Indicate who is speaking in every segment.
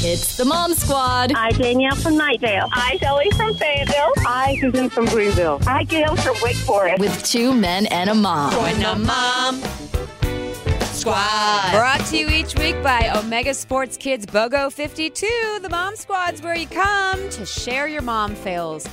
Speaker 1: It's the Mom Squad.
Speaker 2: Hi, Danielle from Nightdale. Hi, Shelley from Fayetteville. Hi, Susan from Greenville. Hi, Gail from Wake Forest.
Speaker 1: With two men and a mom.
Speaker 3: Join the mom squad.
Speaker 4: Brought to you each week by Omega Sports Kids BOGO 52. The Mom Squad's where you come to share your mom fails.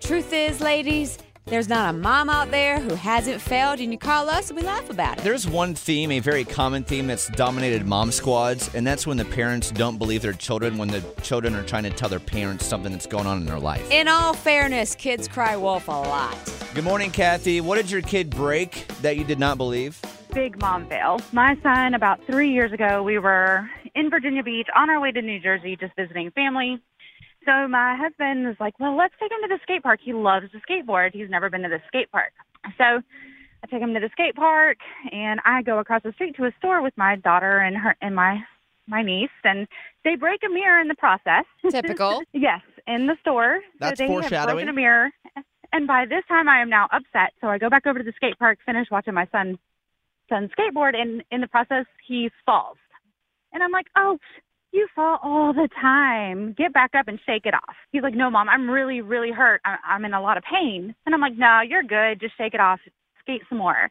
Speaker 4: Truth is, ladies, there's not a mom out there who hasn't failed, and you call us and we laugh about it.
Speaker 5: There's one theme, a very common theme that's dominated mom squads, and that's when the parents don't believe their children when the children are trying to tell their parents something that's going on in their life.
Speaker 4: In all fairness, kids cry wolf a lot.
Speaker 5: Good morning, Kathy. What did your kid break that you did not believe?
Speaker 6: big mom fail. My son, about three years ago, we were in Virginia Beach on our way to New Jersey just visiting family. So my husband was like, well, let's take him to the skate park. He loves to skateboard. He's never been to the skate park. So I took him to the skate park and I go across the street to a store with my daughter and her and my my niece and they break a mirror in the process.
Speaker 4: Typical.
Speaker 6: Yes, in the store.
Speaker 5: That's
Speaker 6: so they have
Speaker 5: foreshadowing.
Speaker 6: broken a mirror. And by this time, I am now upset. So I go back over to the skate park, finish watching my son, son skateboard, and in the process, he falls. And I'm like, oh, you fall all the time. Get back up and shake it off. He's like, no, mom, I'm really, really hurt. I- I'm in a lot of pain. And I'm like, no, you're good. Just shake it off. Skate some more.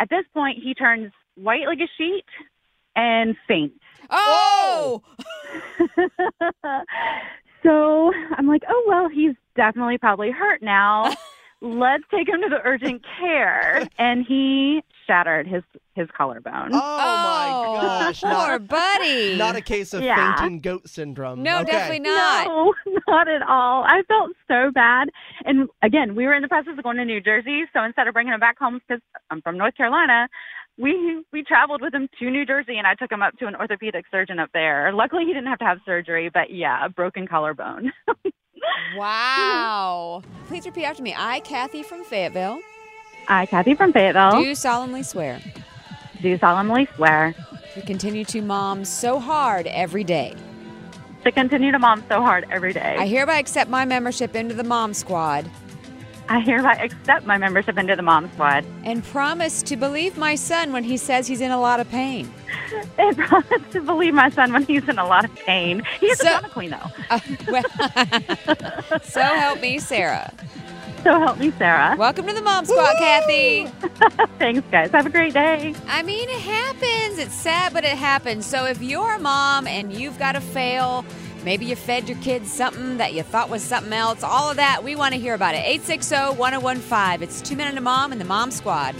Speaker 6: At this point, he turns white like a sheet and faints.
Speaker 4: Oh!
Speaker 6: so I'm like, oh well, he's definitely probably hurt now. Let's take him to the urgent care. And he shattered his his collarbone.
Speaker 4: Oh,
Speaker 7: my gosh.
Speaker 4: Poor
Speaker 7: Not,
Speaker 4: buddy.
Speaker 7: not a case of
Speaker 6: Yeah.
Speaker 7: fainting goat syndrome.
Speaker 4: no,
Speaker 7: Okay.
Speaker 4: definitely not.
Speaker 6: No, not at all. I felt so bad. And again, we were in the process of going to New Jersey, so instead of bringing him back home because I'm from North Carolina, we we traveled with him to New Jersey, and I took him up to an orthopedic surgeon up there. Luckily, he didn't have to have surgery, but yeah, a broken collarbone.
Speaker 4: Wow. Please repeat after me. I, Kathy from Fayetteville,
Speaker 6: I, Kathy from Fayetteville,
Speaker 4: do solemnly swear
Speaker 6: do solemnly swear
Speaker 4: to continue to mom so hard every day.
Speaker 6: to continue to mom so hard every day.
Speaker 4: I hereby accept my membership into the Mom Squad
Speaker 6: I hereby accept my membership into the Mom Squad
Speaker 4: and promise to believe my son when he says he's in a lot of pain.
Speaker 6: and promise to believe my son when he's in a lot of pain. He's
Speaker 4: So-
Speaker 6: a drama queen, though.
Speaker 4: Uh, well, so help me, Sarah.
Speaker 6: So help me, Sarah.
Speaker 4: Welcome to the Mom Squad, Kathy.
Speaker 6: Thanks, guys. Have a great day.
Speaker 4: I mean, it happens. It's sad, but it happens. So if you're a mom and you've got to fail, maybe you fed your kids something that you thought was something else, all of that, we want to hear about it. 860 1015. It's Two Men and a Mom and the Mom Squad.